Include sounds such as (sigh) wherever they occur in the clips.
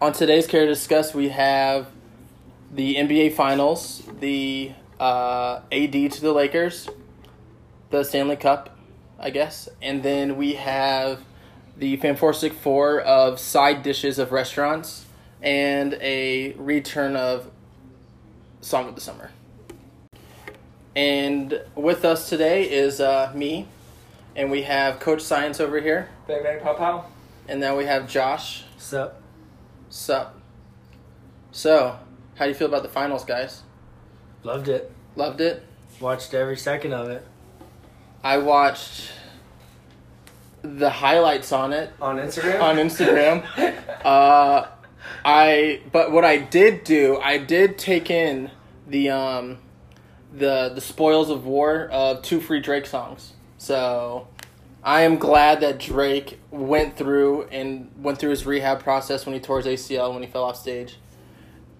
on today's Care to Discuss, we have the NBA Finals, the uh, AD to the Lakers, the Stanley Cup, I guess, and then we have the Fantastic Four of side dishes of restaurants and a return of Song of the Summer. And with us today is uh, me, and we have Coach Science over here, Bang bang pow pow. and now we have Josh. So Sup. So, how do you feel about the finals, guys? loved it. Loved it. Watched every second of it I watched the highlights on it On Instagram? on (laughs) Instagram. uh, I but what I did do, I did take in the um, the the spoils of war of two free Drake songs. So I am glad that Drake went through and went through his rehab process when he tore his ACL when he fell off stage.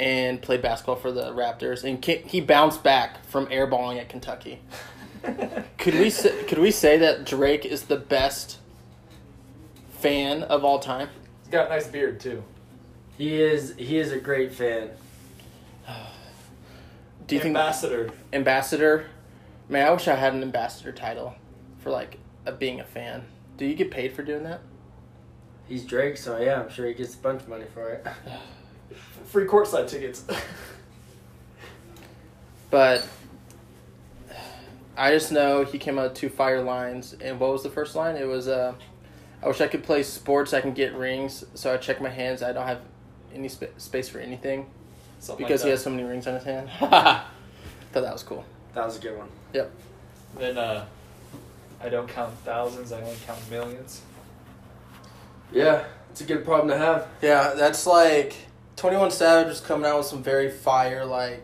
And played basketball for the Raptors, and ca- he bounced back from airballing at Kentucky. Could we say, could we say that Drake is the best fan of all time? He's got a nice beard too. he is he is a great fan Do you Ambassador. think ambassador? Man, I wish I had an ambassador title for like a, being a fan. Do you get paid for doing that? he's drake so yeah i'm sure he gets a bunch of money for it (laughs) Free courtside tickets. (laughs) But I just know he came out with two fire lines, and what was the first line? It was, uh, "I wish I could play sports. I can get rings, so I check my hands. I don't have any sp- space for anything Something because he like has so many rings on his (laughs) hand." Thought that was cool. that was a good one Yep. that. Then uh, I don't count thousands, I only count millions. yeah it's a good problem to have Yeah, that's like Twenty One Savage was coming out with some very fire like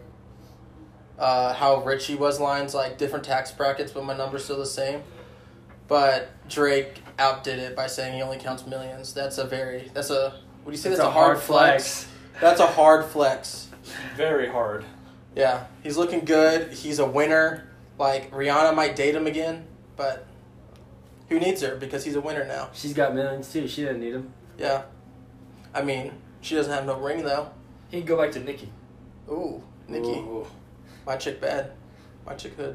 uh, how rich he was lines, like different tax brackets, but my number's still the same. But Drake outdid it by saying he only counts millions. That's a very that's a what do you say? that's a, hard, flex. That's a hard flex. Very hard. Yeah, he's looking good. He's a winner. Like Rihanna might date him again, but who needs her because he's a winner now. she's got millions too she didn't need him Yeah, I mean she doesn't have no ring though. He can go back to Nikki. Ooh, Nikki. Ooh. My chick bad. My chick hood.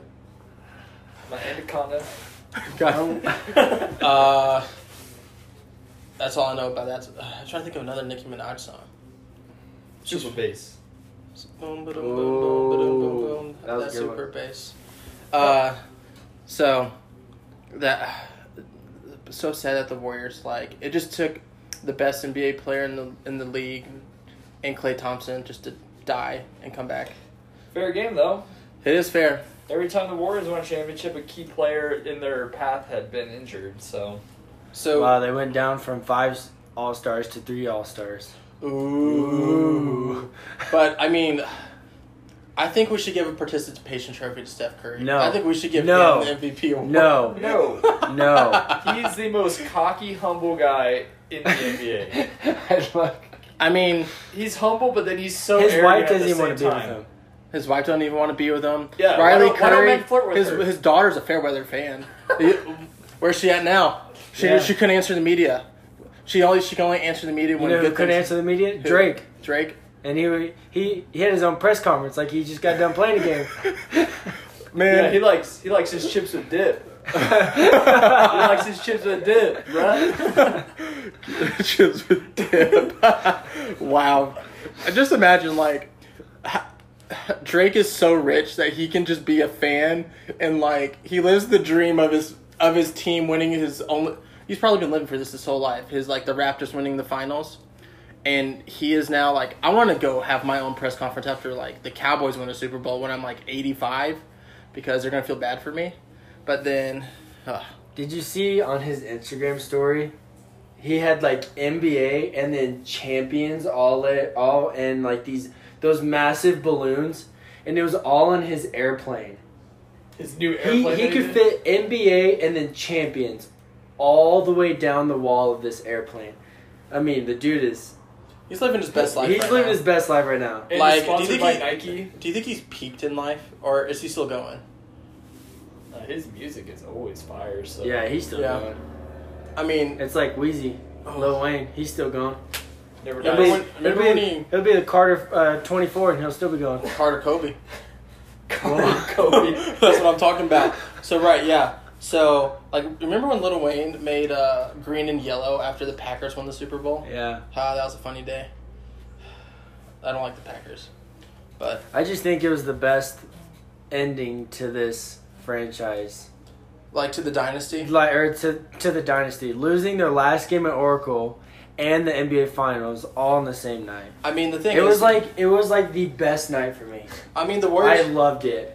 My anaconda. (laughs) uh, that's all I know about that. Uh, I'm trying to think of another Nicki Minaj song. Super bass. Boom, ba-dum, boom, boom, ba-dum, boom, boom. That was a That's good one. super bass. Uh, so that so sad that the Warriors like it just took the best NBA player in the in the league and Clay Thompson just to die and come back. Fair game though. It is fair. Every time the Warriors won a championship, a key player in their path had been injured. (laughs) So So wow they went down from five all-stars to three all-stars Ooh. But I mean, I think we should give a participation trophy to Steph Curry. No. I think we should give No. him the MVP award. no (laughs) (laughs) no, no he's the most cocky, humble guy in (laughs) the NBA. I love- I mean, He's humble, but then he's so. his wife arrogant at doesn't the even want to same be with time. him his wife don't even want to be with him. Yeah, why Riley don't- why don't Curry. men flirt with his her? his daughter's a Fairweather (laughs) fan. Where's she at now? She Yeah. she couldn't answer the media. She only she can only answer the media you when know who good couldn't things- answer the media Who? drake Drake. and he, he he had his own press conference like he just got done playing a game Yeah, Man, he likes he likes his chips with dip. He (laughs) likes (laughs) his chips with dip, (laughs) bruh. chips with dip. (laughs) wow. I just imagine like ha- Drake is so rich that he can just be a fan and like he lives the dream of his of his team winning his only he's probably been living for this his whole life. His like the Raptors winning the finals. And he is now like, I want to go have my own press conference after like the Cowboys win a Super Bowl when I'm like 85 because they're going to feel bad for me. But then, uh, Did you see on his Instagram story? He had like NBA and then champions all it, all in like these those massive balloons, and it was all in his airplane. His new He airplane. he that could did. fit NBA and then champions all the way down the wall of this airplane. I mean, the dude is he's living his best life. he's right living now. his best life right now. And Like, it's sponsored do you think by he- Nike. Do you think he's peaked in life, or is he still going? Uh, his music is always fire. So Yeah, he's still Yeah. going. I mean, It's like Wheezy, Lil Wayne. He's still going. Never Yeah, It'll dies. but be, when- remember it'll when be, he- it'll be the Carter uh, 24 and he'll still be going. Carter Kobe. (laughs) (laughs) Kobe. (laughs) That's what I'm talking about. So right, yeah. So like, remember when Little Wayne made uh, green and yellow after the Packers won the Super Bowl? Yeah. Ah, that was a funny day. I don't like the Packers, but I just think it was the best ending to this franchise. like to the dynasty. Like, or to, to the dynasty. Losing their last game at Oracle and the NBA Finals all on the same night. I mean, the thing It is, was like it was like the best night for me. I mean, the I Warriors. loved it.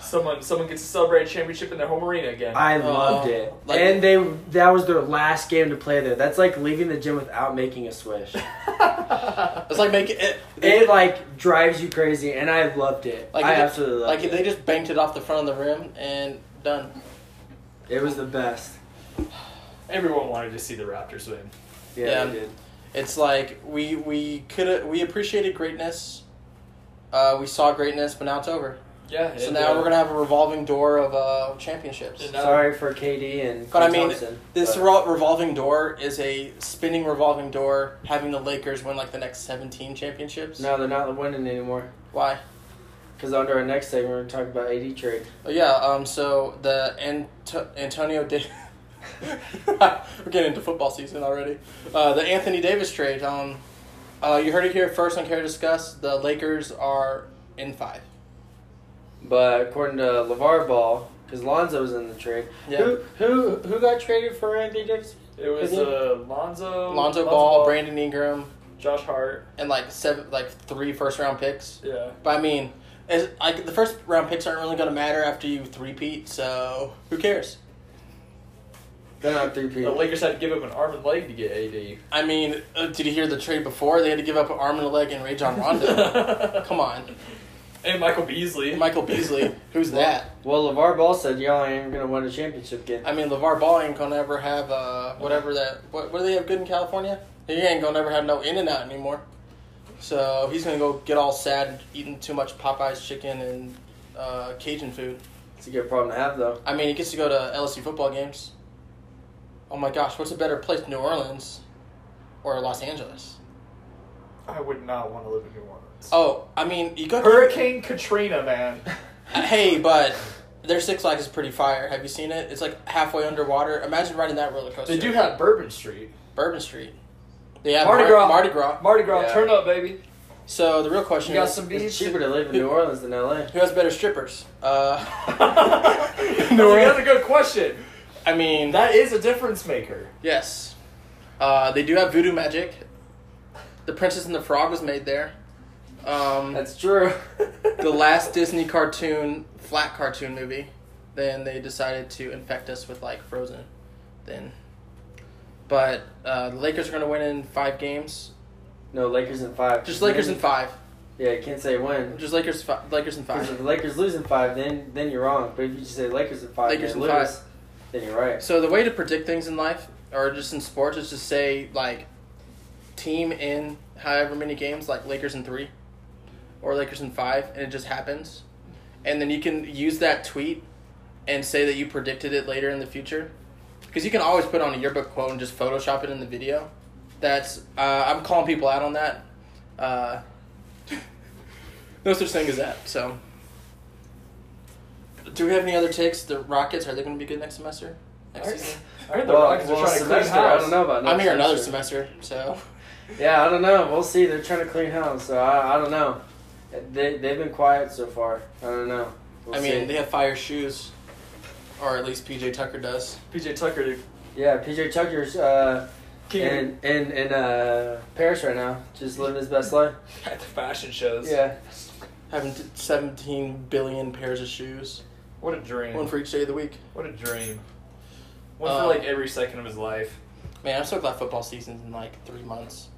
Someone, someone gets to celebrate a championship in their home arena again. (laughs) I Oh, loved it. like- and they that was their last game to play there. That's like leaving the gym without making a swish. it's like making it. They, it like drives you crazy, and I loved it. Like, I if- absolutely like loved if it. they just banked it off the front of the rim and done. it was the best. Everyone wanted to see the Raptors win. Yeah, Yeah. they did. It's like we we could we appreciated greatness. Uh, we saw greatness, but now it's over. Yeah. So and, now uh, we're gonna have a revolving door of uh, championships. And uh, now- Sorry for KD and But I Klay mean, Thompson, This but- revol- revolving door is a spinning revolving door, having the Lakers win like the next 17 championships. no, they're not winning anymore. Why? Because under our next segment, we're talking about AD trade. Oh, yeah, um, so the Anto- Antonio Davis. (laughs) We're getting into football season already. Uh, the Anthony Davis trade. Um, uh, you heard it here first on Care to Discuss. The Lakers are in five. But according to LeVar Ball, because Lonzo was in the trade, Yeah. who who who got traded for Anthony Davis? It was uh, Lonzo, Lonzo Ball, Brandon Ingram, Josh Hart. and like seven, like three first round picks. Yeah. But I mean, as, like the first round picks aren't really going to matter after you three-peat, so who cares? They're not three The people. Lakers had to give up an arm and leg to get AD. I mean, uh, did you hear the trade before? They had to give up an arm and a leg and Ray John Rondo. (laughs) Come on, And Michael Beasley. Michael Beasley. Who's that? Well, LeVar Ball said y'all ain't gonna win a championship game. I mean, Levar Ball ain't gonna ever have uh, whatever that. What, what do they have good in California? He ain't gonna ever have no in and out anymore. So he's gonna go get all sad, eating too much Popeyes chicken and uh, Cajun food. It's a good problem to have, though. I mean, he gets to go to LSU football games. Oh my gosh, what's a better place, New Orleans or Los Angeles? (laughs) I would not want to live in New Orleans. Oh, I mean, you go Hurricane Katrina, (laughs) man. Hey, but their Six Flags is pretty fire. Have you seen it? It's like halfway underwater. Imagine riding that roller coaster. They do have Bourbon Street. Bourbon Street. They have Mardi Mar- Gras. Mardi Gras. Mardi Gras, Yeah. turn up, baby. So the real question You got is, some beats. It's cheaper to live in New (laughs) Orleans than LA. who has better strippers? Uh, (laughs) That's a- Orleans. that's a good question. I mean, That is a difference maker. yes. Uh, they do have voodoo magic. The Princess and the Frog was made there. Um, That's true. (laughs) the last Disney cartoon, flat cartoon movie. Then they decided to infect us with like Frozen. Then, but uh, the Lakers are going to win in five games. No, Lakers in five. Just Lakers in five. Yeah, you can't say when. Just Lakers. Fi- Lakers in Because if five. the Lakers lose in five, then then you're wrong. But if you just say Lakers in five, Lakers and they in lose, then you're right. So the way to predict things in life, or just in sports, is to say like team in however many games, like Lakers in three, or Lakers in five, and it just happens. And then you can use that tweet and say that you predicted it later in the future, because you can always put on a yearbook quote and just Photoshop it in the video. That's uh, I'm calling people out on that. Uh, (laughs) no such thing as that. So. Do we have any other takes? The Rockets are they going to be good next semester? (laughs) I Next heard season? I heard (laughs) the Rockets are trying to clean semester, I house. don't know about. I'm next here another semester. semester, so Yeah, I don't know. We'll see. They're trying to clean house, so I, I don't know. They they've been quiet so far. I don't know. We'll I mean see. they have fire shoes, or at least PJ Tucker does. PJ Tucker, the yeah, PJ Tucker's uh, king of in in in uh, Paris right now, just living his best life. at the fashion (laughs) shows. Yeah, Having t- 17 billion pairs of shoes, What a dream. one for each day of the week. What a dream. One Uh, for like every second of his life. Man, I'm so glad football season's in like three months.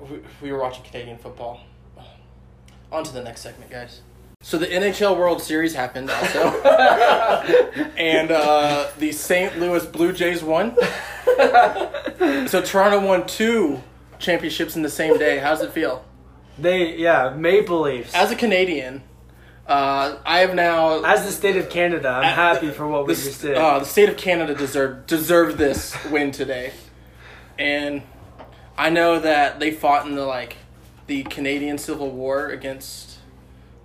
We, we were watching Canadian football. (sighs) On to the next segment, guys. So the NHL World Series happened also, (laughs) and uh, the St. Louis Blue Jays won. So Toronto won two championships in the same day. How's it feel? they yeah Maple Leafs. As a Canadian, uh, I have now As the state of Canada, I'm At happy the- for what we uh, the, just did. uh, the state of Canada deserved deserved this win today, and I know that they fought in the like the Canadian Civil War against.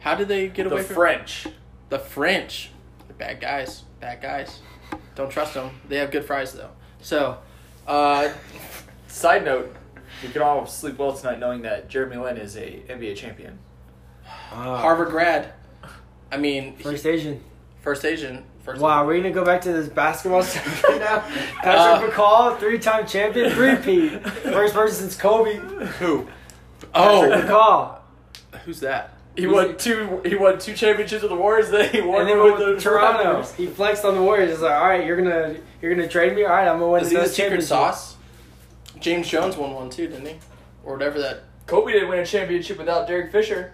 How did they get The away from French. the French? They're bad guys. Bad guys. Don't trust them. They have good fries though. So, uh, Side note, we can all sleep well tonight knowing that Jeremy Lin is a NBA champion. Ah. Harvard grad. I mean, he- First Asian. first Asian. First. Wow, we're gonna go back to this basketball (laughs) stuff (laughs) right now. Uh, Patrick McCall, three-time champion, three-peat. First person since Kobe. Who? Patrick Oh, McCall. (laughs) who's that? He won two. He won two championships with the Warriors. Then he won And then with, with, the Toronto, Raptors. he flexed on the Warriors. He's like, all right, you're gonna you're gonna trade me. All right, I'm gonna win Is he another the secret championship." sauce? James Jones won one too, didn't he? Or whatever that. Kobe didn't win a championship without Derek Fisher.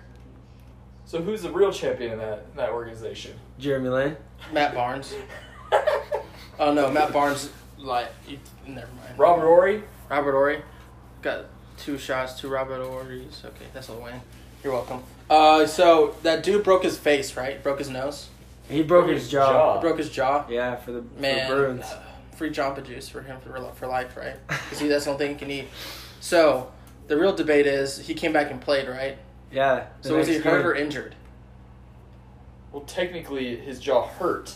So who's the real champion in that in that organization? (laughs) Jeremy Lin. Matt Barnes. Oh no, Matt Barnes. Like, you- never mind. Robert Ory. Robert Ory got two shots, two Robert Ory's. Okay, that's a win. You're welcome. Uh, so that dude broke his face, right? Broke his nose. He broke his jaw. Broke his jaw. Yeah, for the Man, uh, For Bruins. free Jamba Juice for him for, for life, right? Because that's the only thing he can eat. So the real debate is he came back and played, right? Yeah. the So was he next hurt game. or injured? Well, technically, his jaw hurt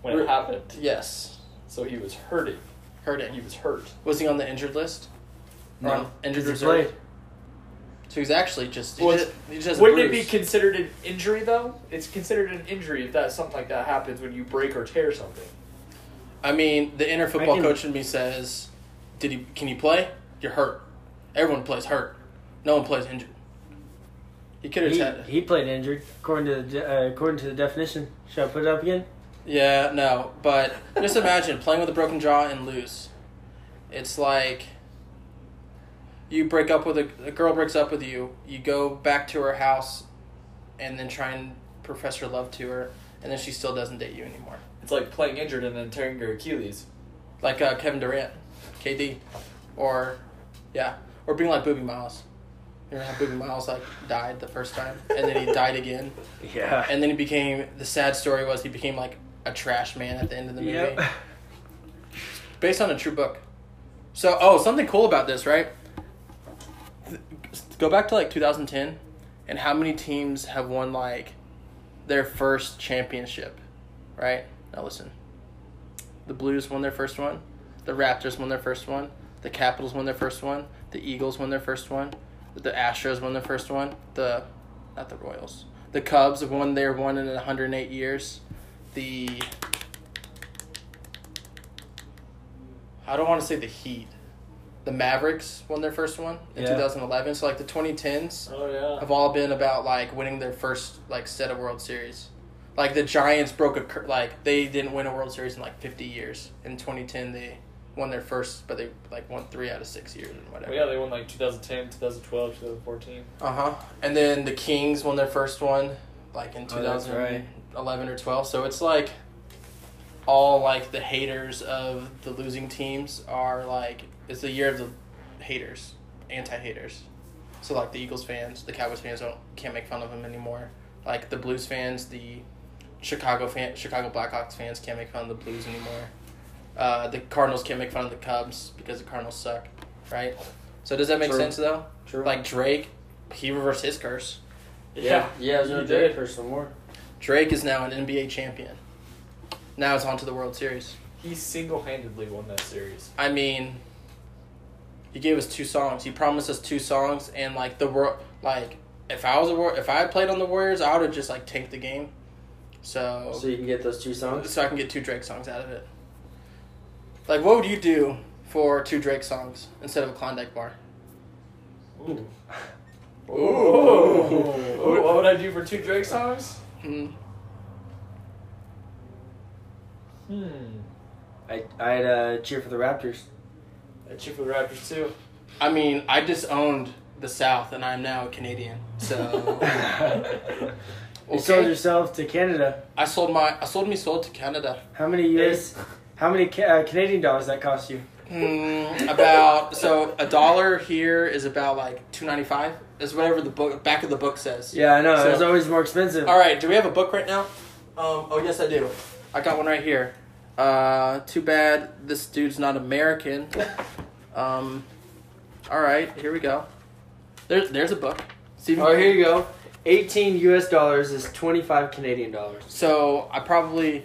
when Re- it happened, Yes, so he was hurting. He hurting. was hurt. Was he on the injured list? Or No. on injured He reserve. played. So he's actually just he Well, just, he just has a Wouldn't it be bruise. considered an injury though? It's considered an injury if that something like that happens when you break or tear something. I mean, the inner football can- coach in me says, "Did he? Can you play? You're hurt. Everyone plays hurt. No one plays injured. He could have had. He, he played injured according to the de- uh, according to the definition. Should I put it up again? Yeah, no, but just imagine playing with a broken jaw and lose. It's like you break up with a, a girl breaks up with you. You go back to her house, and then try and profess your love to her, and then she still doesn't date you anymore. It's like playing injured and then tearing your Achilles. Like uh, Kevin Durant, KD, or yeah, or being like Booby Miles. You know how Booby Miles like died the first time, and then he died again, Yeah. and then he became the sad story was he became like a trash man at the end of the movie. Yep. (laughs) based on a true book. So, oh, something cool about this, right? Th- Go back to like 2010, and how many teams have won like their first championship, right? Now listen. The Blues won their first one. The Raptors won their first one. The Capitals won their first one. The Eagles won their first one. The Astros won their first one. The not the Royals. The Cubs have won their one in 108 years. The I don't want to say the Heat. The Mavericks won their first one in Yeah. 2011. So like the 2010s Oh yeah. have all been about like winning their first like set of World Series. Like the Giants broke a cur- like they didn't win a World Series in like 50 years. In 2010 they won their first, but they like won three out of six years and whatever. Well, yeah, they won like 2010, 2012, 2014. Uh huh. And then the Kings won their first one like in Oh, that's right. 2011 or 12. So it's like all like the haters of the losing teams are like it's the year of the haters, anti haters. So like the Eagles fans, the Cowboys fans don't can't make fun of them anymore. Like the Blues fans, the Chicago fan, Chicago Blackhawks fans can't make fun of the Blues anymore. Uh, the Cardinals can't make fun of the Cubs because the Cardinals suck, right? So does that make True. sense though? True. Like Drake, he reversed his curse. yeah. Yeah. There's no You date did. for some more. Drake is now an NBA champion. Now it's on to the World Series. He single-handedly won that series. I mean, he gave us two songs. He promised us two songs, and like the world, like if I was a war, if I had played on the Warriors, I would have just like tanked the game. So, So you can get those two songs. so I can get two Drake songs out of it. Like, what would you do for two Drake songs instead of a Klondike bar? Ooh. Ooh. Ooh. What would I do for two Drake songs? Hmm. Hmm. (laughs) I I'd uh, cheer for the Raptors. I'd cheer for the (laughs) Raptors too. I mean, I disowned the South, and I'm now a Canadian. (laughs) So. You sold yourself to Canada. I sold my I sold me sold to Canada. How many US? How many ca- uh, Canadian dollars that cost you? Hmm, about so a dollar here is about like two ninety five. Is whatever the book back of the book says. Yeah, I know. So- it's always more expensive. All right. Do we have a book right now? Um. Oh yes, I do. I got one right here. Uh. Too bad this dude's not American. Um. All right, here we go. There, there's a book. Stephen. Oh, here you go. 18 US dollars is 25 Canadian dollars. So I probably,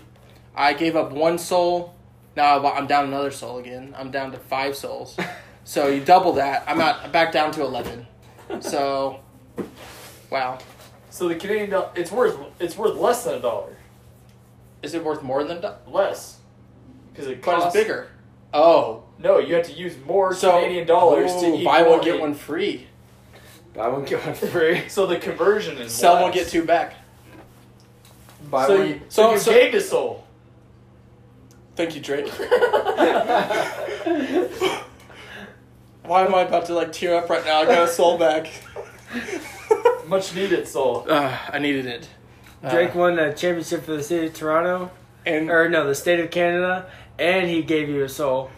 I gave up one soul. Now I- I'm down another soul again. I'm down to five souls. (laughs) So you double that. I'm not I'm back down to eleven. So, wow, So the Canadian dollar, it's worth it's worth less than a dollar, is it worth more than that? less, because it But costs it's bigger. Oh, No, you have to use more so Canadian dollars to Ooh, equal buy one a- get one free. Buy one get one (laughs) free. (laughs) So the conversion is Sell one less. get two back. Buy so, one. (laughs) you, so, so- you so- gave to soul. (laughs) Thank you, Drake. Why am I about to like tear up right now? I got a soul back. Much needed soul. (laughs) uh, I needed it. Uh, Drake won a championship for the city of Toronto, and or no, the state of Canada, and he gave you a soul.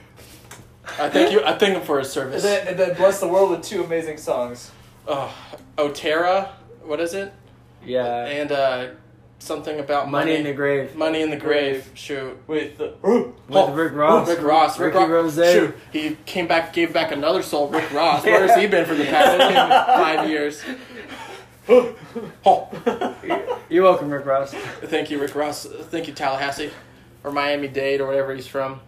I thank you. I thank him for his And service. then, and then bless the world with two amazing songs. Oh, Otera, what is it? Yeah. And uh, something about Money money. in the grave. money in the grave. Shoot. With the (gasps) (laughs) With Oh, Rick Ross. Rick Ross. Rick Ricky Ross. Rose. Shoot, he came back, gave back another soul. Rick Ross. Where has he been for the past (laughs) five years? Oh, You're welcome, Rick Ross. thank you, Rick Ross. Thank you, Tallahassee, or Miami Dade, or wherever he's from.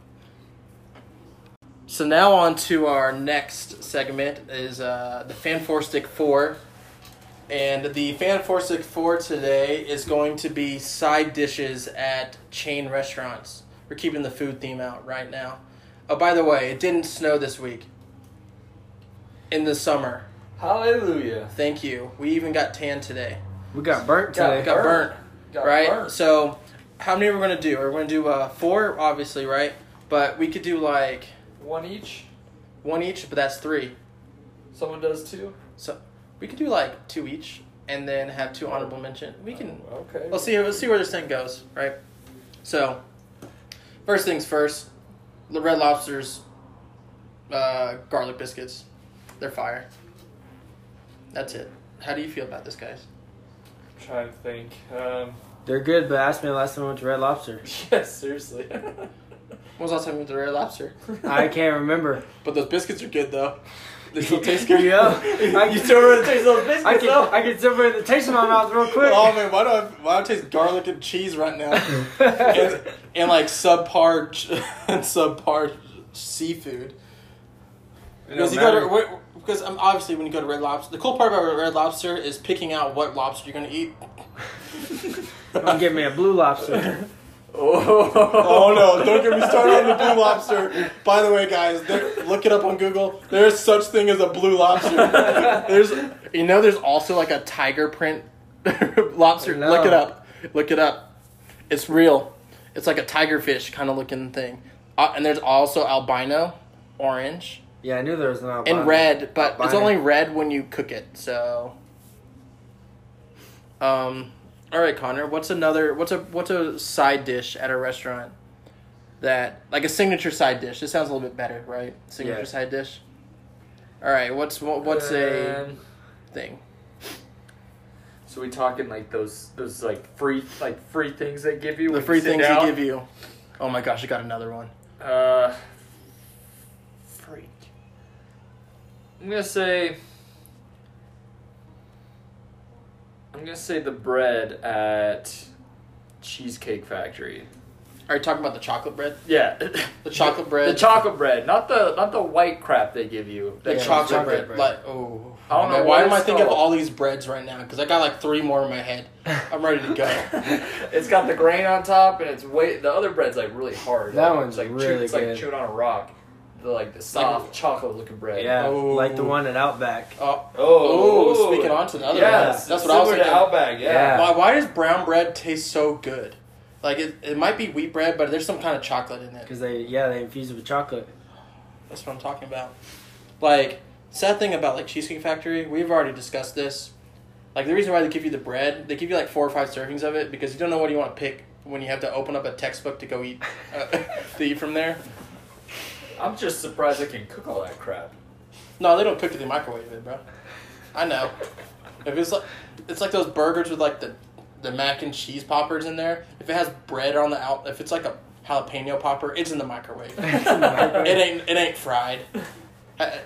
So now on to our next segment is uh, the Fanforstic Four, and the Fanforstic Four today is going to be side dishes at chain restaurants. We're keeping the food theme out right now. Oh, by the way, it didn't snow this week. In the summer, Hallelujah. thank you. We even got tan today. We got burnt Got today. We got burnt Got right? burnt. So, how many are we gonna do? We're gonna do uh, four, obviously, right? But we could do like One each. one each, but that's three. Someone does two. So we could do like two each, and then have two honorable mention. We can. Okay. Let's see. Let's see where this thing goes, right? So, first things first, the Red Lobster's uh, garlic biscuits. They're fire. That's it. How do you feel about this, guys? I'm trying to think. Um, (laughs) They're good, but ask me the last time I went to Red (laughs) Lobster. yeah, seriously. When was the last time you went to Red Lobster? (laughs) I can't remember. But those biscuits are good though. (laughs) They still taste (laughs) good. yeah. I, you still really taste those I biscuits can, though. I can still put the taste in my mouth real quick. Oh (laughs) man, why do I why do I taste garlic and cheese right now? and, and like subpar ch- (laughs) and subpar seafood. Because you go to wh- because um, obviously when you go to Red Lobster, the cool part about Red Lobster is picking out what lobster you're gonna eat. I'm gonna give me a blue lobster. Oh no! Don't get me started on the blue lobster. By the way, guys, there- look it up on Google. There's such thing as a blue lobster. There's, you know, there's also like a tiger print (laughs) lobster. No. Look it up. Look it up. It's real. It's like a tiger fish kind of looking thing. Uh, and there's also albino, orange, Yeah, I knew there was an albino. and red. But it's Albino. only red when you cook it. So, um, all right, Connor. What's another? What's a what's a side dish at a restaurant? That like a signature side dish. This sounds a little bit better, right? Signature Yeah. side dish. All right. What's what, what's a Um, thing? So we talking like those those like free like free things they give you. The when you free sit things down? they give you. Oh my gosh! I got another one. Uh, freak. I'm gonna say. I'm gonna say the bread at Cheesecake Factory. Are you talking about the chocolate bread? Yeah, The chocolate bread. the chocolate bread, not the not the white crap they give you. The That Yeah, chocolate, chocolate bread. bread. Like, oh. I don't know man, what Why am it's I thinking of called. all these breads right now? Because I got like three more in my (laughs) head. I'm ready to go. it's got the grain on top, and it's way the other bread's like really hard. That Like, one's it's like chew- really it's good. like chewing on a rock. The like the soft chocolate looking bread. Yeah, Oh. like the one at Outback. Uh, Oh, Oh, Ooh, speaking on to the other yeah, one. it's That's what I was similar to thinking. Outback, yeah. Yeah. why, why does brown bread taste so good? Like it, it might be wheat bread, but there's some kind of chocolate in it. Because they, yeah, they infuse it with chocolate. That's what I'm talking about. Like sad thing about like Cheesecake Factory, we've already discussed this. Like the reason why they give you the bread, they give you like four or five servings of it because you don't know what you want to pick when you have to open up a textbook to go eat uh, (laughs) to eat from there. I'm just surprised I can cook all that crap. No, they don't cook it. They microwave it, bro. I know. If it's like, it's like those burgers with like the, the mac and cheese poppers in there. If it has bread on the out, if it's like a jalapeno (laughs) popper, it's in the microwave. it It's in the microwave. ain't it ain't fried. I,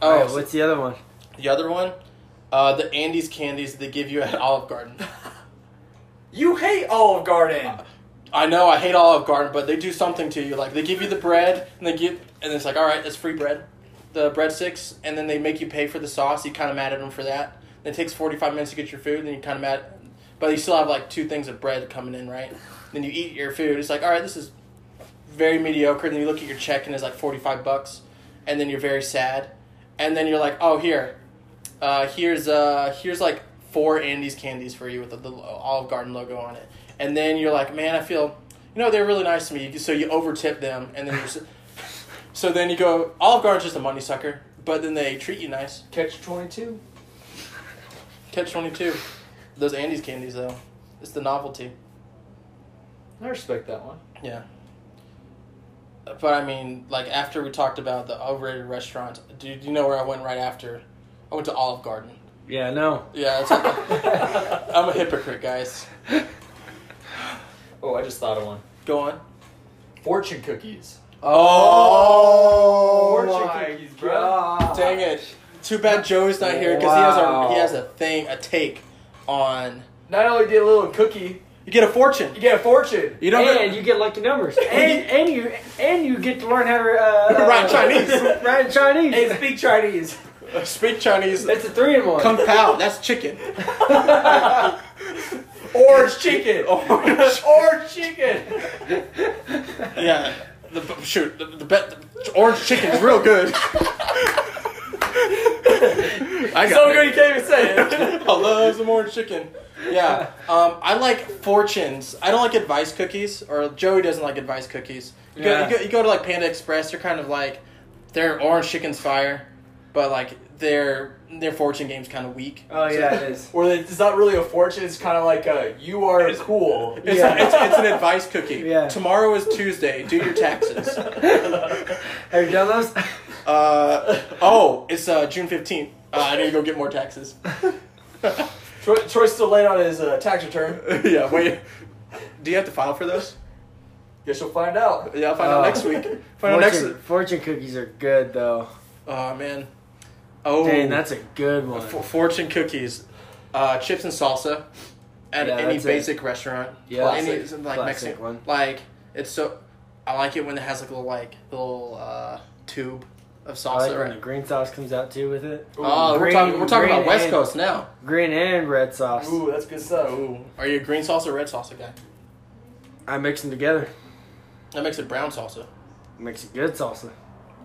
Oh, Alright, what's the other one? the other one? Uh, the Andes candies they give you at Olive Garden. You hate Olive Uh, Garden. I know I hate Olive Garden, but they do something to you. Like they give you the bread and they give, and it's like, all right, that's free bread, the breadsticks, and then they make you pay for the sauce. You kind of mad at them for that. Then it takes forty five minutes to get your food. Then you kind of mad, but you still have like two things of bread coming in, right? Then you eat your food. It's like, all right, this is very mediocre. Then you look at your check and it's like forty five bucks, and then you're very sad, and then you're like, oh here, uh, here's uh, here's like four Andes candies for you with the, the Olive Garden logo on it and then you're like, man, I feel, you know, they're really nice to me. So you overtip them, and then you're, so, (laughs) so then you go, Olive Garden's just a money sucker, but then they treat you nice. Catch 22. Catch twenty two, those Andes candies though, it's the novelty. I respect (laughs) that one. (laughs) Yeah. But I mean, like after we talked about the overrated restaurants, do you know where I went right after? I went to Olive Garden. Yeah, no. Yeah, (laughs) it's I'm a hypocrite, guys. Oh, I just thought of one. Go on. Fortune cookies. Oh, Fortune cookies, bro. Dang it! Too bad Joey's not here because Wow. he has a he has a thing a take on. Not only do you get a little cookie, You get a fortune. you get a fortune. You don't. And you get lucky (laughs) numbers, and and you and you get to learn how to uh, Write Chinese. (laughs) write Chinese. (laughs) Hey, speak (laughs) Chinese. speak Chinese. It's a three in one. Kung Pao. That's chicken. Orange chicken. (laughs) Orange, (laughs) Orange chicken. Yeah. The, shoot. The, the, bet the orange chicken's real good. (laughs) I got So it. good you can't (laughs) even say it. I love some orange chicken. Yeah. Um, I like fortunes. I don't like advice cookies, or Joey doesn't like advice cookies. You, Yeah. go, you, go, you go to like Panda Express, they're kind of like, they're orange chicken's fire, but like their their fortune game's kind of weak. Oh yeah, it is. Or that it's not really a fortune. It's kind of like a you are cool. It's, Yeah. it's, it's an advice cookie. (laughs) Yeah. Tomorrow is Tuesday. Do your (laughs) taxes. Have you done those? (laughs) Uh, oh, it's uh, June fifteenth. Uh, I need to go get more taxes. (laughs) Troy, Troy's still late on his uh, tax return. (laughs) yeah. Wait. Do you have to file for those? Guess you'll find out. Yeah, I'll find out Oh. next week. Find out Fortune, next. fortune cookies are good though. Oh man. Oh. Dang, that's a good one. F- fortune cookies, uh, chips and salsa, at Yeah, any that's it. basic restaurant. Yeah, Or any classic- some, like classic Mexican one. Like it's so. I like it when it has like a little like little uh, tube of I salsa. like when right? the green sauce comes out too with it. Oh, we're green- talking we're talking about green West and- Coast now. Green and red sauce. Ooh, that's good stuff. Ooh. Are you a green salsa or red salsa guy? I mix them together. That makes it brown salsa. Makes a good salsa.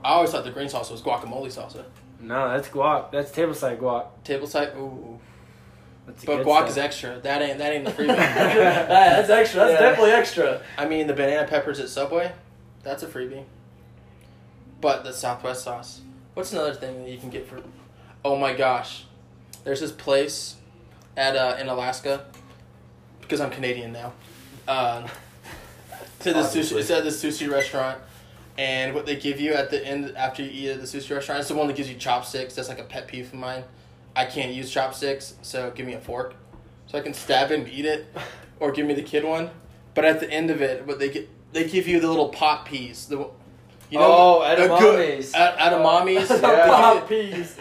I always thought the green salsa was guacamole salsa. No, that's guac. That's tableside guac. Table side, ooh. That's But good guac stuff. is extra. That ain't that ain't the (laughs) free. Ah, one. (laughs) that's extra. That's Yeah. definitely extra. I mean, the banana peppers at Subway, that's a freebie. But the Southwest sauce. What's another thing that you can get for? Oh my gosh, there's this place at uh, in Alaska because I'm Canadian now. Um, (laughs) to the sushi, Obviously. it's at the sushi restaurant, and what they give you at the end after you eat at the sushi restaurant, it's the one that gives you chopsticks. That's like a pet peeve of mine. I can't use chopsticks, so give me a fork, so I can stab it and eat it, or give me the kid one. But at the end of it, what they get, they give you the little pot peas. The, you know, Oh, the good- edamames. a- (laughs) (laughs) edamames. Yeah. They give you- Pop peas.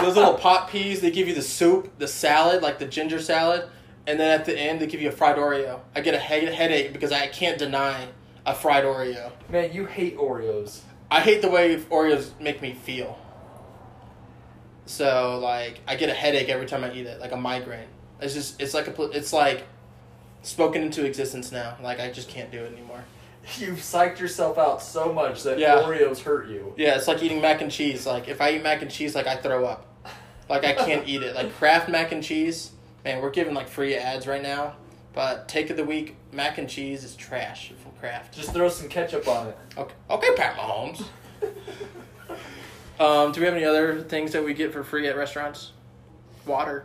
those little pot peas. They give you the soup, the salad, like the ginger salad, and then at the end they give you a fried Oreo. I get a he- headache because I can't deny a fried Oreo. (laughs) Man, you hate Oreos. I hate the way Oreos make me feel. So like I get a headache every time I eat it, like a migraine. It's just it's like a pl- it's like spoken into existence now. Like I just can't do it anymore. You've psyched yourself out so much that Yeah. Oreos hurt you. Yeah, it's like eating mac and cheese. Like if I eat mac and cheese, like I throw up. Like I can't eat it. Like Kraft mac and cheese, man, we're giving like free ads right now. But take of the week, mac and cheese is trash from Kraft. Just throw some ketchup on it. Okay, okay, Pat Mahomes. um, do we have any other things that we get for free at restaurants? Water.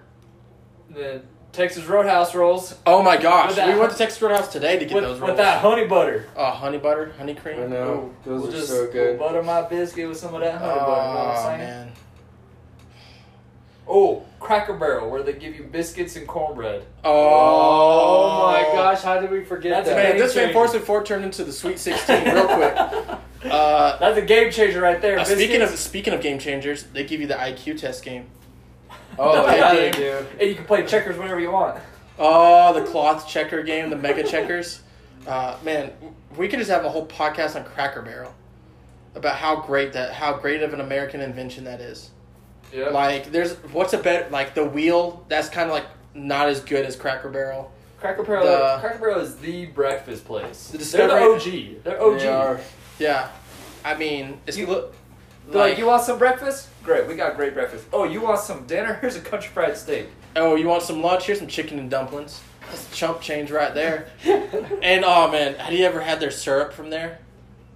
Then Texas Roadhouse rolls Oh my gosh, With that- we went to Texas Roadhouse today to get with, those rolls. with that honey butter. Uh, honey butter, honey cream. I know. Those We'll are just so good. we'll butter my biscuit with some of that Oh, honey butter. You know what I'm saying? man. Oh, Cracker Barrel, where they give you biscuits and cornbread. Oh, Oh my gosh, how did we forget That's that? Man, this Van (laughs) Game-changing. (laughs) Force and Four turned into the Sweet 16 real quick. Uh, That's a game changer right there. uh, speaking of Biscuits. speaking of game changers, they give you the IQ test (laughs) game. Oh The yeah, game. they do. and you can play checkers whenever you want. Oh, the cloth checker game, the mega checkers. Uh, man, we could just have a whole podcast on Cracker Barrel about how great that, how great of an American invention that is. Yeah. Like, there's what's a better like the wheel? That's kind of like not as good as Cracker Barrel. Cracker Barrel. The- Cracker Barrel is the breakfast place. The They're the discovery, OG. They're OG. They are. yeah. I mean, it's You- look They're like, like, you want some breakfast? Great, we got great breakfast. Oh, you want some dinner? Here's a country fried steak. oh, you want some lunch? Here's some chicken and dumplings. That's chump change (laughs) right there. and oh man, have you ever had their syrup from there?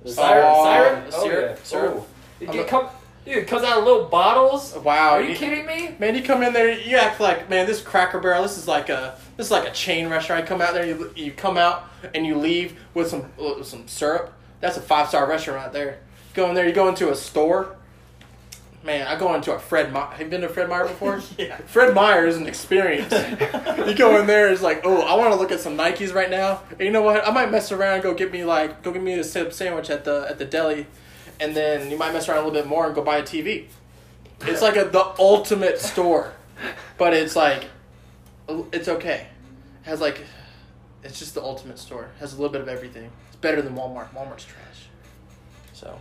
Syrup, Oh, syrup, syrup, syrup. Oh. It, I'm get a- come, dude, it comes out of little bottles. Wow, Are you you- kidding me? Man, you come in there, you act like man. This Cracker Barrel, this is like a this is like a chain restaurant. You come out there, you, you come out and you leave with some uh, some syrup. That's a five star restaurant right there. Go in there, you go into a store. Man, I go into a Fred. Meyer. Have you been to Fred Meyer before? Yeah. Fred Meyer is an experience. you go in there, it's like, oh, I want to look at some Nikes right now. And you know what? I might mess around, go get me like, go get me a sa- sandwich at the at the deli, and then you might mess around a little bit more and go buy a TV. It's like a, the ultimate store, but it's like, it's okay. It has like, it's just the ultimate store. It has a little bit of everything. It's better than Walmart. Walmart's trash. So,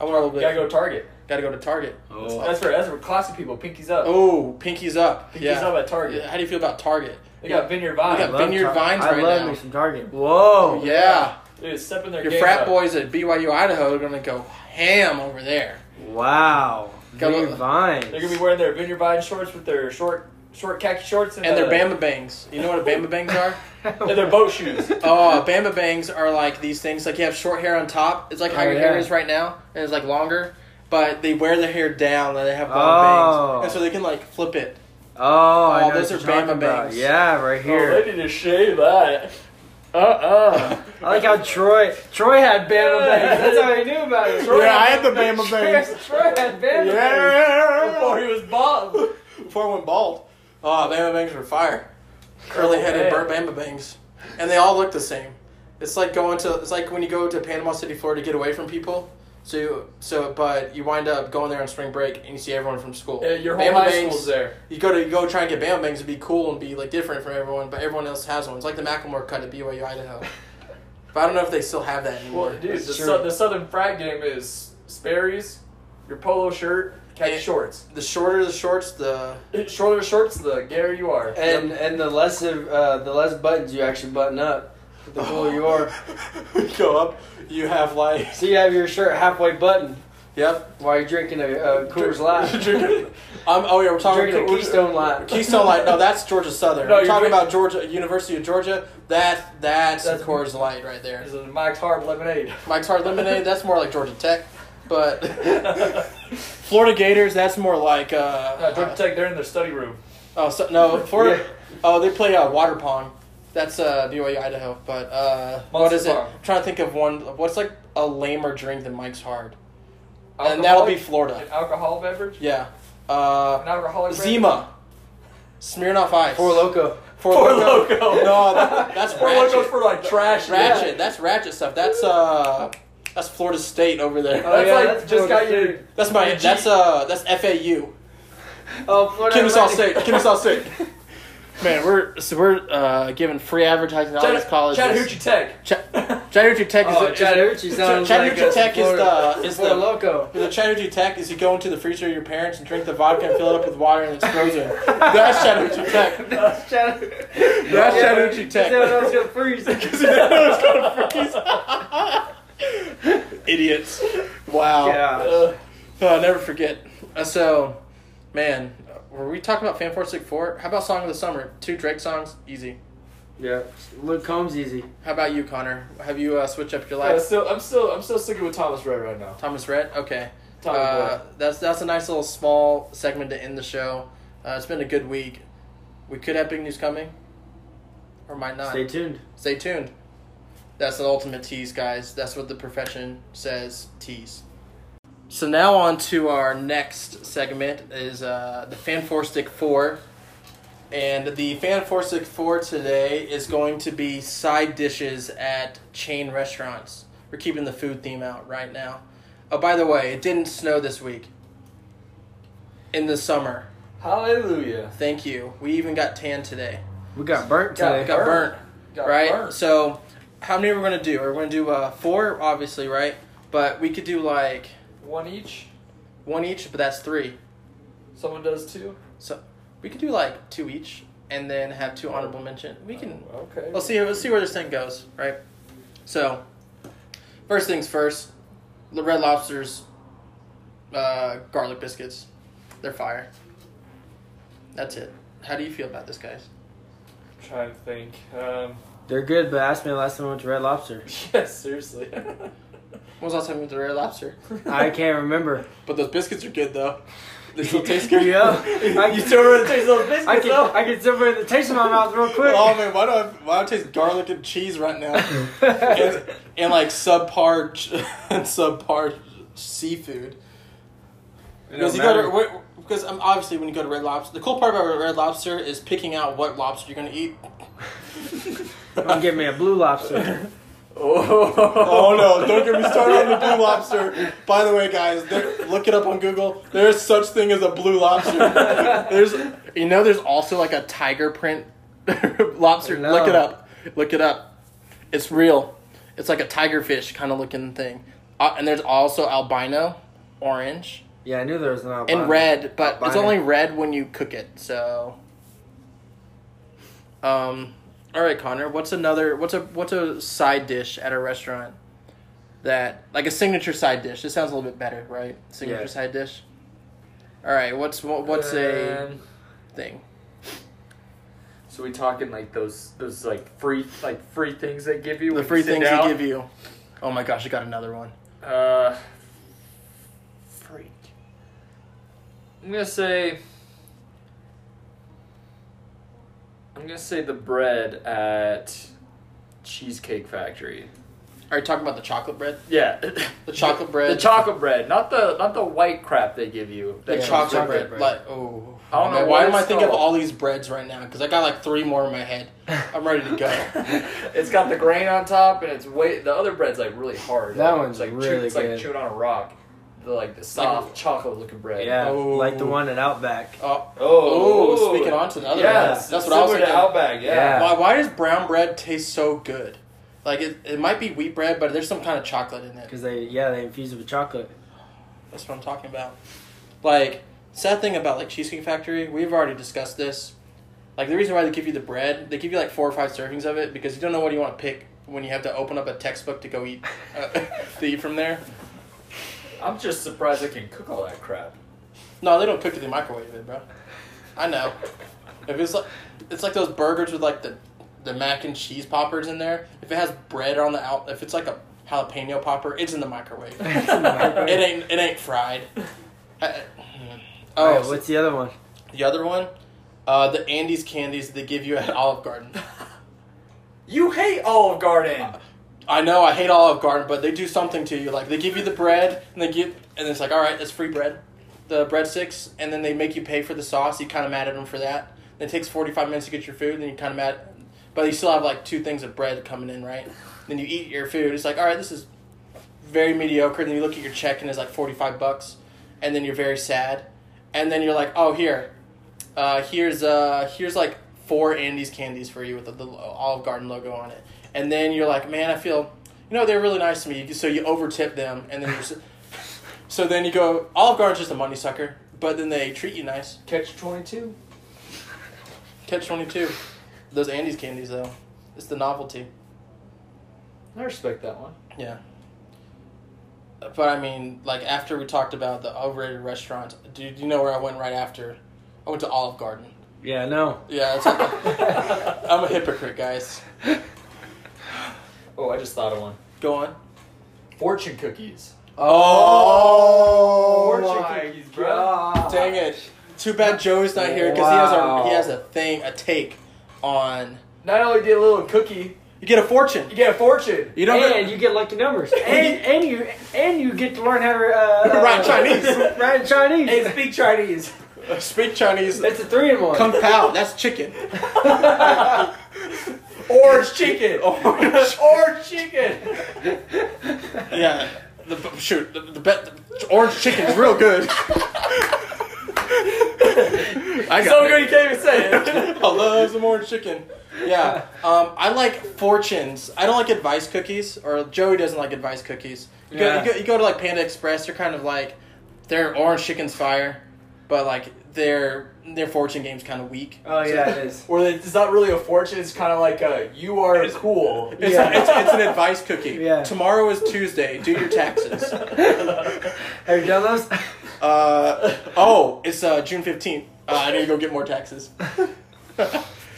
I want a little bit. gotta go to Target. gotta go to Target. Oh. That's for that's for classy people. Pinkies up. Oh, pinkies up. Pinkies yeah. up at Target. Yeah, How do you feel about Target? They got Vineyard Vine. We got Vineyard Vines I right love now. me some Target. Whoa. Oh, yeah. Dude, stepping their Your game frat up. boys at BYU Idaho are gonna go ham over there. Wow. Got a Vineyard little- Vines. They're gonna (laughs) be wearing their Vineyard Vine shorts with their short short khaki shorts and, And their uh, Bama Bangs. You know what a Bama Bangs are? and their boat shoes. (laughs) Oh, Bama Bangs are like these things. Like you have short hair on top. It's like how Oh, your hair yeah. is right now, and it's like longer. But they wear their hair down, and they have long Oh. bangs, and so they can like flip it. Oh, I Oh, know those what are you're talking Bama about. bangs. Yeah, right here. Oh, they need to shave that. Uh uh I like how Troy Troy had Bama Yeah. bangs. That's how he knew about it. Troy, I had the Bama Troy had Bama bangs. Before he was bald. Before I went bald. Oh, Bama Bangs were fire. Curly headed man. burnt Bama Bangs. And they all look the same. It's like going to it's like when you go to Panama City, Florida to get away from people. So you, so but you wind up going there on spring break and you see everyone from school. Yeah, your whole Bama high Bangs, school's there. You go to you go try and get Bama Bangs and be cool and be like different from everyone, but everyone else has one. It's like the Macklemore cut at BYU (laughs) Idaho. but I don't know if they still have that anymore. Well, dude, the, That's true. sou- the Southern frat game is Sperry's, your polo shirt, khaki Yeah. shorts. the shorter the shorts, the Shorter shorts, the gayer you are. And and the less of uh, the less buttons you actually button up, Oh. the Oh, cooler (laughs) you are. you go up, you have like So you have your shirt halfway buttoned Yep. while you're drinking a, a Coors (laughs) Light. (laughs) Drinking- um, oh yeah, we're talking drinking a we're- Keystone Light. Keystone Light. No, that's Georgia Southern. (laughs) No, we're you're talking drink- about Georgia University of Georgia. That that's, That's- Coors Light right there. There's a Mike's Hard Lemonade. (laughs) Mike's Hard Lemonade. That's more like Georgia Tech, but Uh, Florida Gators. That's more like uh, No, Georgia Tech, they're in their study room. oh so, no Florida. Yeah. Oh, they play uh, water pong. That's uh, BYU Idaho. But uh, what Monster is it? Pong. I'm trying to think of one. What's like a lamer drink than Mike's Hard? And that'll Alcoholic- be Florida. An alcohol beverage? Yeah. Uh, An alcoholic beverage? Zima. Smirnoff Ice. Four Loco. Oh, Four Four Loko. Loko. Oh, No, that, that's Four Ratchet. Locos for like trash. Ratchet. Yeah. That's Ratchet stuff. That's uh, that's Florida State over there. Oh, That's yeah, like that's just got Florida your. That's my. That's uh, that's FAU. Oh, Florida. Kennesaw State. Atlantic. Kennesaw State. (laughs) Man, we're so we're uh, giving free advertising to all these colleges. (laughs) Chattahoochee (laughs) Tech. Ch- Chattahoochee Tech is Oh, the, Chattahoochee is, sounds Chattahoochee like a Tech is Florida- the is Four the Loco. the Chattahoochee Tech is you go into the freezer of your parents and drink the vodka and fill it up with water and it's frozen. That's Chattahoochee Tech. (laughs) That's Chattahoochee. That's Chattahoochee Tech. gonna freeze. (laughs) Uh, Idiots. Wow. Yeah. Oh, I'll never forget. Uh, so, man, uh, were we talking about Fan 464? How about Song of the Summer? Two Drake songs? Easy. Yeah. Luke Combs easy. How about you, Connor? Have you uh, switched up your Uh, life? still, I'm still, I'm still sticking with Thomas Red right now. Thomas Rhett? Okay. Tommy Uh, Boy. that's, that's a nice little small segment to end the show. Uh, it's been a good week. We could have big news coming, or might not. Stay tuned. Stay tuned. That's the ultimate tease, guys. That's what the profession says tease. So now on to our next segment is uh, the Fan Four Stick Four, and the Fan Four Stick Four today is going to be side dishes at chain restaurants. We're keeping the food theme out right now. Oh, by the way, it didn't snow this week. In the summer. Hallelujah. Thank you. We even got tan today. We got burnt today. Got burnt. Got right? burnt. So, how many are we gonna do? We're gonna do uh, four, obviously, right? But we could do like One each. one each, but that's three. Someone does two. So we could do like two each, and then have two honorable mention. We can. Okay. We'll see. Let's see where this thing goes, right? So, first things first. The Red Lobster's uh, garlic biscuits. They're fire. That's it. How do you feel about this, guys? I'm trying to think. (laughs) Um, They're good, but ask me the last time I went to (laughs) Red Lobster. yeah, seriously. When was the last time you went to Red Lobster? (laughs) I can't remember. But those biscuits are good though. They still (laughs) taste good. yeah. I, (laughs) you still remember the taste of those biscuits I can, though? I can still bring the taste in my mouth real quick. (laughs) Oh man, why do I why do I taste garlic and cheese right now? and, and like subpar ch- (laughs) and subpar seafood. Because you go to where- because um, obviously when you go to Red Lobster, the cool part about Red Lobster is picking out what lobster you're gonna eat. (laughs) I'm gonna get me a blue lobster. Oh no! Don't get me started on the blue lobster. By the way, guys, there- look it up on Google. There's such thing as a blue lobster. There's, you know, there's also like a tiger print (laughs) lobster. No. Look it up. Look it up. It's real. It's like a tiger fish kind of looking thing. Uh, and there's also albino, orange, Yeah, I knew there was an albino. and red. But it's Albino. only red when you cook it. So, um, all right, Connor. What's another? What's a what's a side dish at a restaurant that like a signature side dish? This sounds a little bit better, right? Signature Yeah. side dish. All right. What's what, what's Uh, a (laughs) Um, thing? So we talking like those those like free like free things they give you. The free things they give you. Oh my gosh! I got another one. you. Uh, freak. I'm gonna say. I'm gonna say the bread at Cheesecake Factory. Are you talking about the chocolate bread? Yeah, The chocolate (laughs) the bread. chocolate bread, not the not the white crap they give you. the That Yeah, chocolate, chocolate bread. bread. Like, oh, I don't know man, what why am I it's thinking of called. all these breads right now? Because I got like three more in my head. I'm ready to (laughs) go. it's got the grain on top, and it's way the other bread's like really hard. That Like, one's it's like chewed, really it's good. like chewed on a rock. The like the soft chocolate looking bread. yeah, Oh. like the one at Outback. Oh, Oh, Ooh, speaking on to the other yeah, one. it's That's what I was similar to thinking. Outback. Yeah. Yeah. Why, why does brown bread taste so good? Like it, it might be wheat bread, but there's some kind of chocolate in it. Cause they, yeah, they infuse it with chocolate. That's what I'm talking about. Like sad thing about like Cheesecake Factory, we've already discussed this. Like the reason why they give you the bread, they give you like four or five servings of it because you don't know what you want to pick when you have to open up a textbook to go eat uh, (laughs) to eat from there. I'm just surprised I can cook all that crap. No, they don't cook it in the microwave, it, bro. I know. If it's like it's like those burgers with like the the mac and cheese poppers in there. If it has bread on the out, if it's like a jalapeno popper, (laughs) it's in the microwave. it ain't it ain't fried. I- I- Oh, oh, what's the other one? the other one? Uh, the Andes candies they give you at Olive Garden. You hate Olive Garden. Uh, I know I hate Olive Garden, but they do something to you. Like they give you the bread, and they give, and it's like, all right, that's free bread, the breadsticks, and then they make you pay for the sauce. You kind of mad at them for that. It takes forty five minutes to get your food, and you kind of mad, but you still have like two things of bread coming in, right? Then you eat your food. It's like, all right, this is very mediocre. Then you look at your check, and it's like forty five bucks, and then you're very sad, and then you're like, oh here, uh, here's uh, here's like four Andes candies for you with the, the Olive Garden logo on it, and then you're like, man, I feel, you know, they're really nice to me, so you overtip them, and then you're, s- (laughs) so then you go, Olive Garden's just a money sucker, but then they treat you nice. Catch 22. Catch twenty two, those Andes candies though, it's the novelty, I respect that (laughs) one. yeah. But I mean, like after we talked about the overrated restaurants, do you do you know where I went right after? I went to Olive Garden. Yeah, no. Yeah, it's Um, I'm a (laughs) hypocrite, guys. Oh, I just thought of one. Go on. Fortune cookies. Oh, Fortune cookies, bro. dang it! Too bad Joey's not here because he has Wow. a he has a thing a take on. Not only do you get a little cookie, You get a fortune. you get a fortune. You don't. And you get lucky (laughs) numbers, and and you and you get to learn how to uh, Write Chinese. (laughs) write Chinese. Hey, speak (laughs) Chinese. uh, speak Chinese. It's a three in one. Kung Pao. That's chicken. Orange chicken. Orange. (laughs) Orange chicken. Yeah. The, shoot, the, the, bet the orange chicken's real good. (laughs) I got so it. good you can't even (laughs) say it. (laughs) I love some orange chicken. Yeah. Um, I like fortunes. I don't like advice cookies, or Joey doesn't like advice cookies. You, Yeah. go, you, go, you go to like Panda Express, they're kind of like, their orange chicken's fire, but like their their fortune game's kind of weak. Oh yeah, it is. Where it's not really a fortune. It's kind of like a you are cool. It's, Yeah. it's, it's an advice cookie. Yeah. Tomorrow is Tuesday. Do (laughs) your taxes. Have you (laughs) done those? Uh, oh, it's uh, June 15th. Uh, I need to go get more taxes.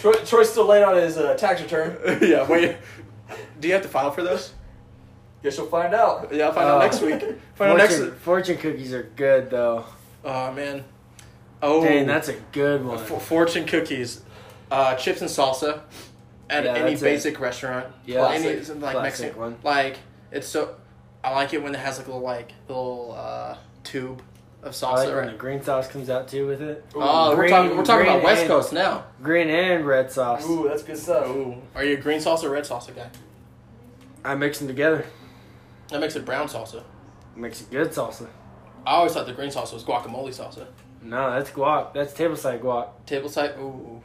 Troy, Troy's still late on his uh, tax return. yeah, wait. Do you have to file for those? Guess you'll find out. Yeah, I'll find out Oh. next week. Find out next Fortune, fortune cookies are good though. Oh man. Oh, Dang, that's a good one. F- fortune cookies, uh, chips and salsa at Yeah, any that's it. basic restaurant. Yeah. Like any Classic. like Classic Mexican one. Like it's so. I like it when it has like a little like little uh, tube of I salsa. like when right? the green sauce comes out too with it. Oh, green- we're talking we're talking about green West and- Coast now. Green and red sauce. Ooh, that's good stuff. Ooh, are you a green salsa or red salsa guy? I mix them together. That makes it brown salsa. Makes a good salsa. I always thought the green salsa was guacamole salsa. No, that's guac. That's table side guac. Table side, ooh.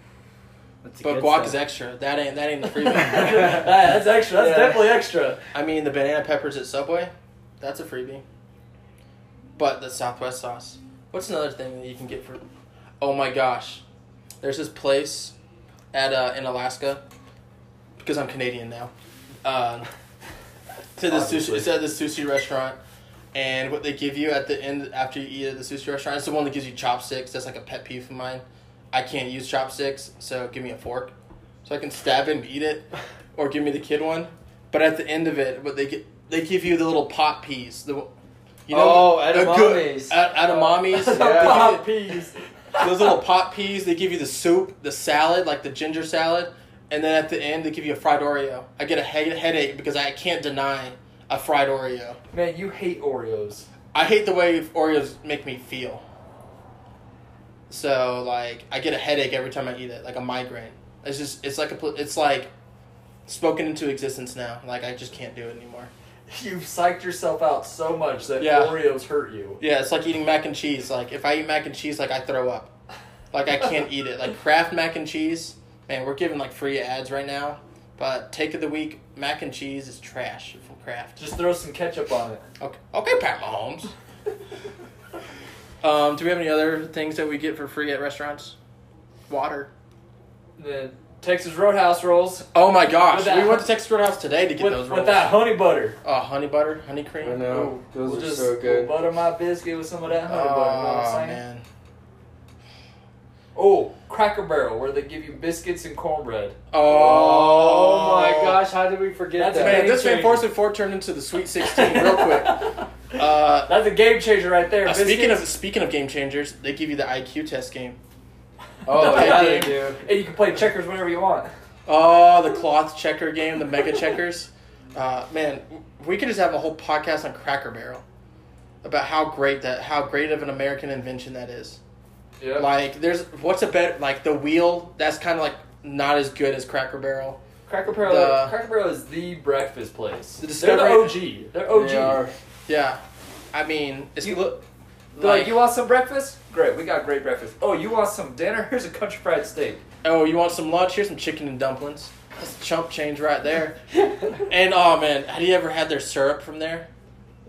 That's a But good guac stuff. is extra. That ain't that ain't (laughs) the (laughs) free one. That- that's extra. That's Yeah. definitely extra. I mean, the banana peppers at Subway, that's a freebie. But the Southwest sauce. What's another thing that you can get for? Oh my gosh, there's this place at uh, in Alaska because I'm Canadian now. Um, to the sushi, Obviously. it's at the sushi restaurant, and what they give you at the end after you eat at the sushi restaurant, it's the one that gives you chopsticks. That's like a pet peeve of mine. I can't use chopsticks, so give me a fork, so I can stab it and eat it, or give me the kid one. But at the end of it, what they get, they give you the little pot peas. The, you know, Oh, a good- edamames. a- (laughs) (laughs) Edamames. That's Yeah. Pop peas. those little pot peas. They give you the soup, the salad, like the ginger salad, and then at the end they give you a fried Oreo. I get a he- headache because I can't deny a fried Oreo. Man, you hate Oreos. I hate the way Oreos make me feel. So like I get a headache every time I eat it, like a migraine. It's just it's like a pl- it's like spoken into existence now. Like I just can't do it anymore. You've psyched yourself out so much that Yeah. Oreos hurt you. Yeah, it's like eating mac and cheese. Like if I eat mac and cheese, like I throw up. Like I can't eat it. Like Kraft mac and cheese, man, we're giving like free ads right now. But take of the week, mac and cheese is trash from Kraft. Just throw some ketchup on it. Okay, okay, Pat Mahomes. (laughs) um, do we have any other things that we get for free at restaurants? Water. The Texas Roadhouse rolls Oh my gosh, With that- we went to Texas Roadhouse today to get with, those rolls. with that honey butter. Uh, honey butter, honey cream. I know. Those We'll are just so good. we'll butter my biscuit with some of that honey butter. You know what I'm Oh saying? man. Oh, Cracker Barrel, where they give you biscuits and (laughs) cornbread. Oh, Oh my gosh, how did we forget That's that? Man, this Game Van Force changer. and Four turned into the Sweet Sixteen real (laughs) quick. Uh, That's a game changer right there. uh, speaking of biscuits. speaking of game changers, they give you the IQ test (laughs) game. (laughs) Oh, Okay, yeah, dude. they do. and you can play checkers whenever you want. Oh, the cloth checker game, the mega checkers. Uh, man, we could just have a whole podcast on Cracker Barrel about how great that, how great of an American invention that is. Yeah. Like, there's what's a bet like the wheel that's kind of like not as good as Cracker Barrel. Cracker Barrel, The- Cracker Barrel is the breakfast place. The They're the Discovery- OG. They're OG. They are. Yeah, I mean, it's You- look They're like, like, you want some breakfast? Great, we got great breakfast. Oh, you want some dinner? Here's a country fried (laughs) steak. oh, you want some lunch? Here's some chicken and dumplings. That's chump change right there. and oh man, have you ever had their syrup from there?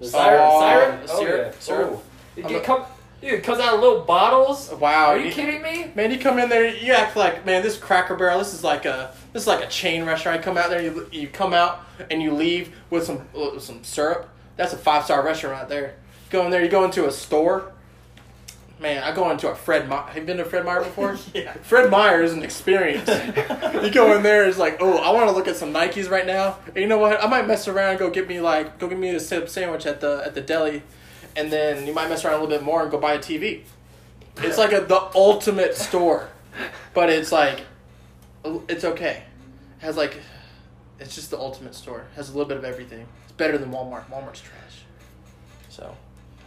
Syrup, Oh, syrup, syrup, syrup. Oh. It, I'm can a- come, dude, it comes out of little bottles. Wow, Are you you- kidding me? Man, you come in there, you act like, man, this Cracker Barrel, this is like a, this is like a chain restaurant. You come out there, you, you come out and you leave with some uh, some syrup. That's a five star restaurant there. Go in there, you go into a store. Man, I go into a Fred. Meyer. Have you been to Fred Meyer before? Yeah. Fred Meyer is an experience. you go in there, it's like, oh, I want to look at some Nikes right now. And you know what? I might mess around, and go get me like, go get me a sip sandwich at the at the deli, and then you might mess around a little bit more and go buy a TV. It's like a, the ultimate store, but it's like, it's okay. It has like, it's just the ultimate store. It has a little bit of everything. It's better than Walmart. Walmart's trash. So,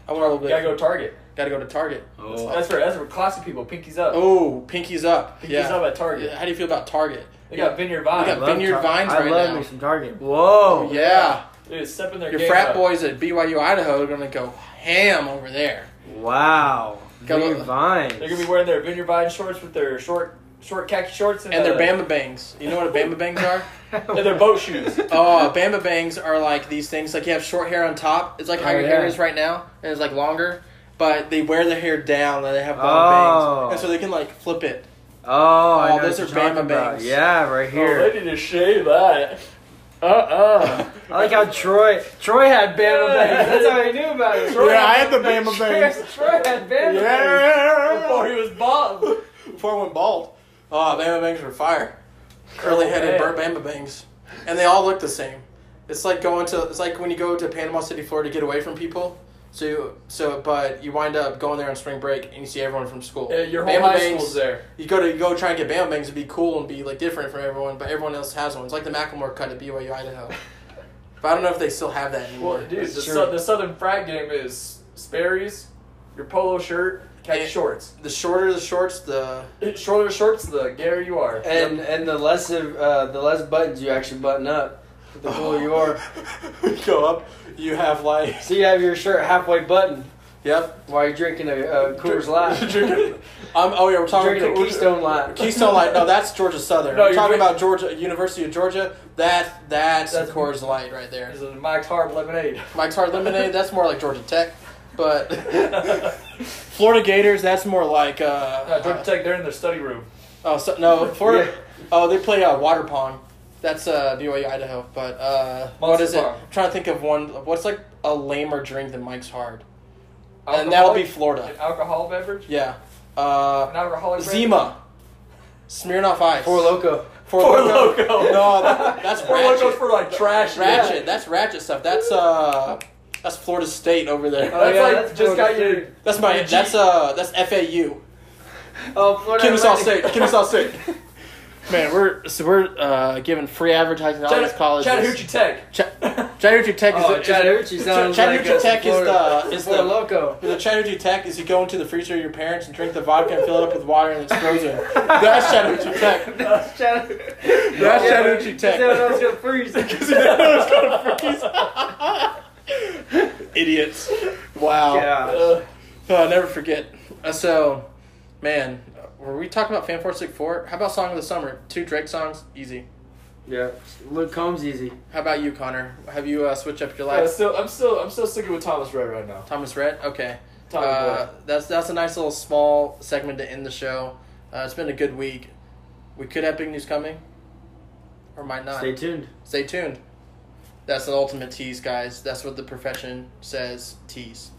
I want a little You gotta bit. go to Target. Got to go to Target. Oh. That's for that's for classy people. Pinkies up. Oh, pinkies up. Pinkies yeah. up at Target. How do you feel about Target? They got Vineyard We Vine. got Vineyard Vines I right love now. me some Target. Oh. Whoa. Oh, yeah. Dude, stepping their Your game frat up. boys at BYU Idaho are gonna go ham over there. Wow. Got Vineyard a- Vines. (laughs) They're gonna be wearing their Vineyard Vine shorts with their short short khaki shorts and, And their uh, Bamba Bangs. You know what a Bamba Bangs are? and their boat (laughs) shoes. (laughs) Oh, Bamba Bangs are like these things. Like you have short hair on top. It's like how Oh, your hair yeah. is right now, and it's like longer. But they wear their hair down, and they have long Oh. bangs, and so they can like (laughs) flip it. Oh, I Oh, know those what are you're Bama talking about. bangs. Yeah, right here. Oh, they need to shave that. Uh Uh-uh. uh I like how Troy Troy had Bama bangs. That's how he knew about it. Troy, Yeah, I had the Bama Bangs. Troy had Bama bangs. Before Yeah. he was bald. Before I went bald. Oh, Bama Bangs were fire. Curly headed Okay. burnt Bama Bangs, and they all look the same. It's like going to. It's like when you go to Panama City, Florida, to get away from people. So, you- so, but you wind up going there on spring break, and you see everyone from school. Uh, your whole Bama high Bangs- school's there. You go to you go try and get Bama Bangs and be cool and be like different from everyone, but everyone else has one. It's like the Macklemore cut at BYU (laughs) Idaho. but I don't know if they still have that anymore. Well, dude, the, It's true. sou- the Southern frat game is Sperry's, your polo shirt, khaki Yeah. shorts. the shorter the shorts, the Shorter shorts, the gayer you are. And and the less of uh, the less buttons you actually button up, (laughs) the cooler you (laughs) are. go up. You have like So you have your shirt halfway buttoned yep. while you're drinking a, a Coors (laughs) Light. Drinking- um, oh yeah, we're talking drinking a we're- Keystone Light. Keystone Light. No, that's Georgia Southern. No, we're you're talking drink- about Georgia University of Georgia. That that's, That's- Coors Light right there. This is Mike's Hard Lemonade. (laughs) Mike's Hard Lemonade, that's more like Georgia Tech. But Florida Gators, that's more like uh, No, Georgia Tech, they're in their study room. Oh so, no, Florida. Oh, they play uh, water pong. That's uh, BYU Idaho. But uh, what Monster is it? Pong. I'm trying to think of one. What's like a lamer drink than Mike's Hard? And that'll be Alcoholic- Florida. An alcohol beverage? Yeah. An Uh, alcoholic beverage? Zima. Smirnoff Ice. Four Loco. Four Four Loko. Loco. No, that, that's Four ratchet. Locos for like trash. yeah. ratchet. That's ratchet stuff. That's uh, that's Florida State over there. Oh, That's yeah, like that's just got Florida your. State. That's my. That's uh, that's FAU. Oh, Florida. Kennesaw State. Atlantic. Kennesaw State. (laughs) Man, we're so we're uh, giving free advertising to all these Chatta- colleges. Chattahoochee Tech. (laughs) Cha- Chattahoochee Tech is, Oh, the, Chattahoochee is sounds Chattahoochee like a Tech is Florida- the- is Florida the- Loco. the Chattahoochee Tech is you go into the freezer of your parents and drink the vodka and fill it up with water and it's (laughs) frozen. That's Chattahoochee Tech. That's Chattahoochee. That's Chattahoochee Tech. gonna freeze. (laughs) Idiots. Wow. Yeah. Uh, Oh, I'll never forget. Uh, so, man, were we talking about Fan 464? How about Song of the Summer? Two Drake songs? Easy. Yeah, Luke Combs easy. How about you, Connor? Have you uh, switched up your Uh, life? still, I'm still, I'm still sticking with Thomas Red right now. Thomas Red? Okay. Tommy Uh, Boy. that's that's a nice little small segment to end the show. Uh, it's been a good week. We could have big news coming, or might not. Stay tuned. Stay tuned. That's the ultimate tease, guys. That's what the profession says. Tease.